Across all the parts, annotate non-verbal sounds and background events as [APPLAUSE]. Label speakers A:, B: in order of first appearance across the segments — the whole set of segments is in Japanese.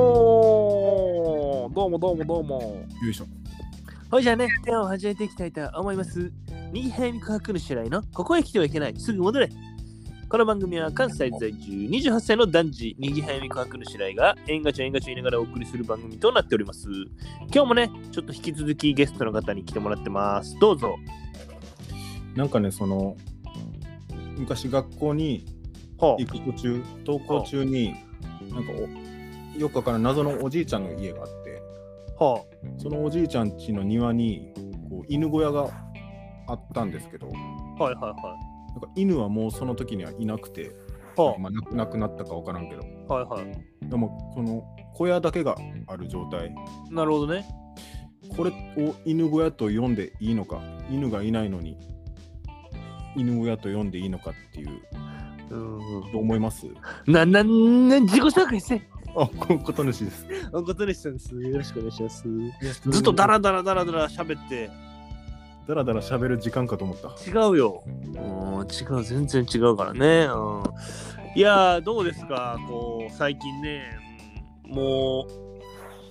A: おーどうもどうもどうも。
B: よいしょ。
A: ほいじゃあね、手を始めていきたいと思います。右早に告白の主来の、ここへ来てはいけない、すぐ戻れ。この番組は関西在住28歳の男児、右早に告白の主来が、縁がちょ縁がちょ言いながらお送りする番組となっております。今日もね、ちょっと引き続きゲストの方に来てもらってます。どうぞ。
B: なんかね、その、昔学校に
A: ほう
B: 行く途中、登校中に、なんかおよくわからん謎のおじいちゃんの家があって、
A: ほう
B: そのおじいちゃん家の庭にこう犬小屋があったんですけど、なん
A: はいはいはい。
B: か犬はもうその時にはいなくて、
A: ほ
B: まあ、ななくなったかわからんけど、
A: うはいはい。
B: でもこの小屋だけがある状態、
A: なるほどね。
B: これを犬小屋と呼んでいいのか、犬がいないのに犬小屋と呼んでいいのかっていう、
A: うーん。
B: どう思います
A: な、な、な、自己紹介して。
B: あ、ここと主です。
A: おことでしたんです。よろしくお願いします。ずっとダラダラダラダラ喋って。
B: だらだら喋る時間かと思った。
A: 違うよ。うん、違う、全然違うからね。うん、いやー、どうですか、こう、最近ね、うんも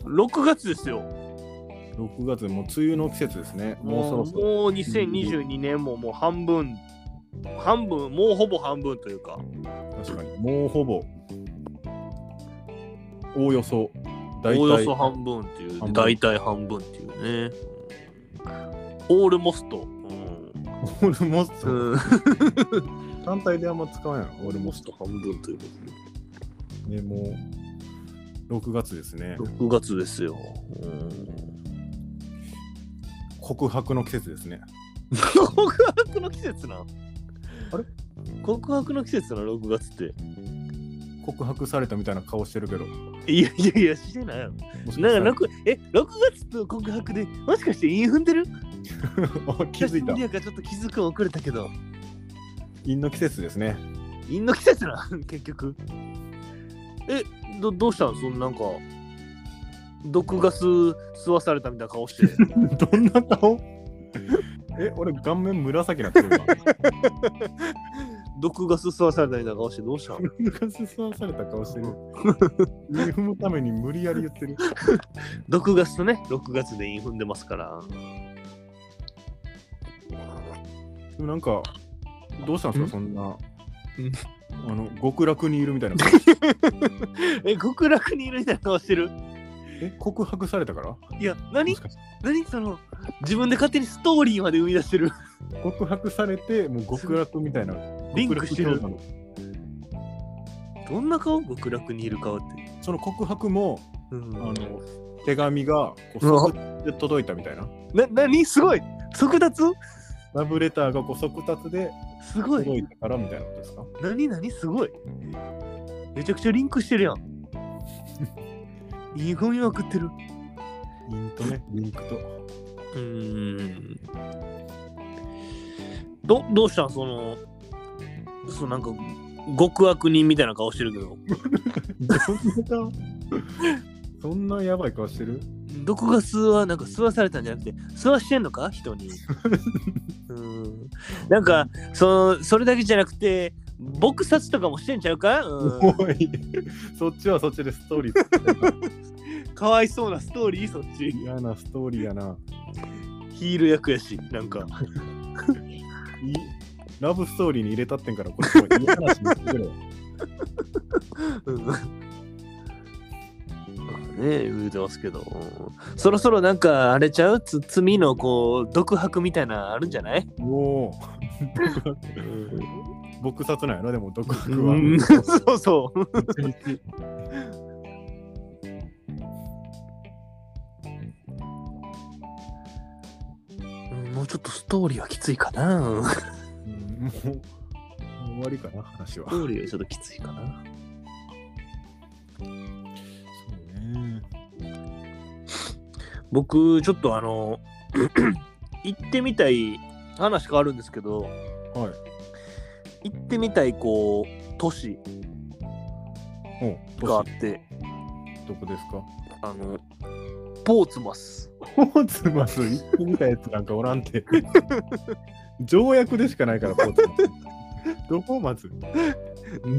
A: う、6月ですよ。
B: 6月、もう梅雨の季節ですね。もうそろそろ。
A: もう2022年ももう半分、半分、もうほぼ半分というか、
B: 確かに。もうほぼ、おおよそ、
A: お
B: 大
A: およ
B: 体
A: そ、半分っていう、
B: 半分
A: 大体半分っていうね。オールモスト。うん
B: オ [LAUGHS] ールモスト。
A: うん、
B: 単体であんま使わんやん、オールモス
A: ト半分ということで
B: ト。ね、もう、6月ですね。
A: 6月ですよ。うん
B: 告白の季節ですね。
A: 告白の季節なん
B: あれ
A: 告白の季節なの6月って
B: 告白されたみたいな顔してるけど。
A: いやいやいやしてないよ
B: もしかした
A: な
B: ら
A: んか 6, え6月と告白でもしかして韻踏んでる
B: [LAUGHS] あ気づい
A: 久しぶ
B: た
A: り。やからちょっと気づくの遅れたけど
B: 陰の季節ですね。
A: 韻の季 [LAUGHS] 節なん結局えどどうしたんそのなんか毒ガス吸わされたみたいな顔 [LAUGHS] して
B: どんな顔 [LAUGHS] え、俺、顔面紫になってるわ。
A: 毒ガス吸わされたみたいな顔してどうしたん
B: 昔吸わされた顔してる。踏むために無理やり言ってる。
A: [LAUGHS] 毒ガスね6月で韻踏んでますから
B: でもなんか、どうしたんですか、
A: ん
B: そんな。
A: ん
B: あの極楽にいるみたいな。
A: え極楽にいるみたいな顔してる
B: え、告白されたから
A: いや何
B: もしかして
A: 何その自分で勝手にストーリーまで生み出
B: [LAUGHS]
A: してる
B: 告白されて、もう極楽みたいな。
A: リンクしてる
B: 極楽教団の
A: どんな顔極楽にいる顔って、
B: その告白も、
A: うん
B: あの、手紙がこう
A: うわ
B: 即達で届いたみたいな。
A: な何すごい速達
B: ラブレターがこう即達です
A: ごい
B: 届いたからみたいなことですか
A: 何何すごいめちゃくちゃリンクしてるや
B: [LAUGHS]
A: んいいゴミまくってる
B: リンクとね、リンクと。
A: うーんどどうしたんそのそうなんか極悪人みたいな顔してるけど
B: そんな、そんなやばい顔してる
A: 毒ガスはなんか吸わされたんじゃなくて吸わしてんのか人 [LAUGHS] にうんなんかそのそれだけじゃなくて撲殺とかもしてんちゃうか、う
B: おい、そっちはそっちでストーリー作ってるから
A: ん、かわいそうなストーリーそっち
B: 嫌なストーリーやな。
A: ヒール役やしなんか
B: いラブストーリーに入れたってんから、こっちもいい話にしてくれよ。
A: [LAUGHS] うんまあね言うてますけどうんそろそろなんかあれちゃうつ罪のこう毒白みたいなのあるんじゃない
B: もう、撲殺なんやろ、でも、独白は。
A: うんそうそううんもうちょっとストーリーはきついかなうん
B: うんもうもう終わりかな、話は。
A: ストーリーはちょっときついかな
B: そうね。
A: 僕ちょっとあの [CLEARS THROAT] 行ってみたい話変わるんですけど
B: はい。
A: 行ってみたいこう都市
B: おう、
A: があ
B: ど
A: っ
B: うしてどこですか
A: あのポーツマス
B: ポーツマス行ってみたやつなんかおらんて。条約でしかないから、ポーツマス。どこまず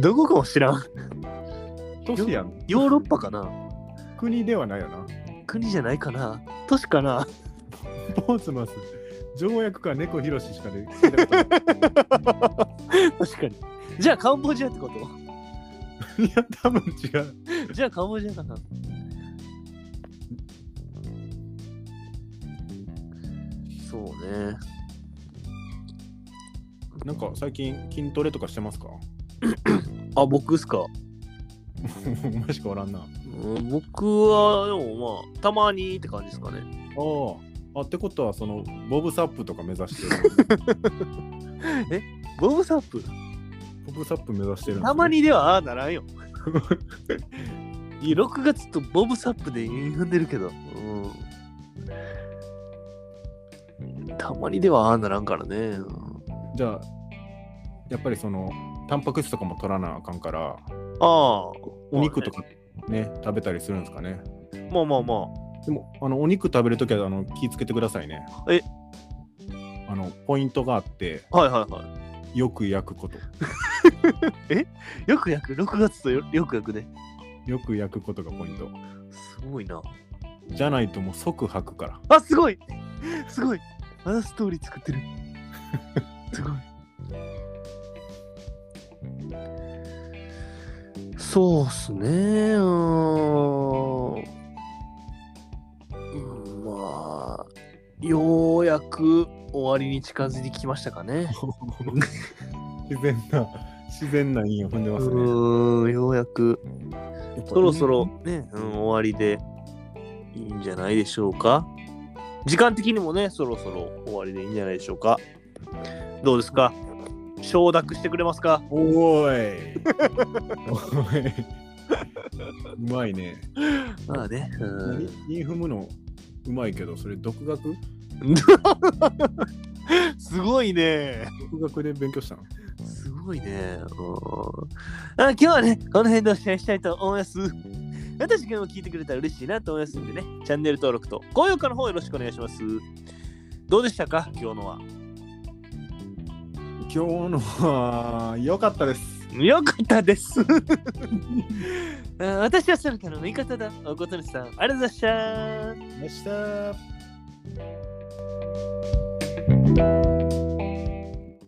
A: どこかも知らん
B: 都市やん。
A: ヨーロッパかな
B: 国ではないよな。
A: 国じゃないかな都市かな [LAUGHS]
B: ポーツマス、条約か猫ひろししかね、聞いたことない
A: 確かに。じゃあカンボジアってこ
B: [LAUGHS] いや、多分違う。
A: [LAUGHS] とじゃあカンボジアかなそうね。
B: なんか最近筋トレとかしてますか
A: あ、僕っすか。
B: お前しかおらんな。あ
A: うん僕は、でもまあ、たまにって感じですかね。
B: あ。あってことは、その、ボブサップとか目指してる。
A: ボブサップ
B: [LAUGHS] ボブサップ目指してるんですね
A: たま。にではああならんよ。いや6月とボブサップで踏んでるけど、うんたまにではああならんからね。うん
B: じゃあ、やっぱりその、タンパク質とかも取らなあかんか
A: あ
B: ら、
A: あ、
B: お肉とかね、食べたりするんですかね。
A: まあまあま
B: でも、あの、お肉食べるときは、あの、気ぃつけてくださいね。
A: え
B: あの、ポイントがあって、
A: あ。はいはいは
B: よく焼くこと。
A: い。よく焼く、6月とよよく焼くね。
B: よく焼くことがポイント。
A: すごいな。
B: じゃないともう即吐くから。
A: あ、すごいすごいまだストーリー作ってる。すごい。そうっすね。うーん。うんまあ、ようやく終わりに近づいてきましたかね。
B: 自然な、自然な韻を踏んで
A: う
B: ますね。
A: ーん、ようやく、
B: やっぱ
A: そろそろ。ね、うん、終わりでいいんじゃないでしょうか。時間的にもね、そろそろ終わりでいいんじゃないでしょうか。どうですか承諾してくれますか
B: おーい。おい。うまいね。
A: まあね。うん
B: 韻踏むのうまいけど、それ独
A: [LAUGHS]
B: 学
A: すごいね。
B: 独学で勉強したの
A: すごいね。うんあ今日はね、この辺でお試合したいと思います。私がも聞いてくれたら嬉しいなと思いますんでね、チャンネル登録と高評価の方よろしくお願いします。どうでしたか今日のは。
B: 今日のは良かったです。
A: よかった [LAUGHS] です。うん私はその他の味方だ。おことにさん、ありがとうございました。
B: でした。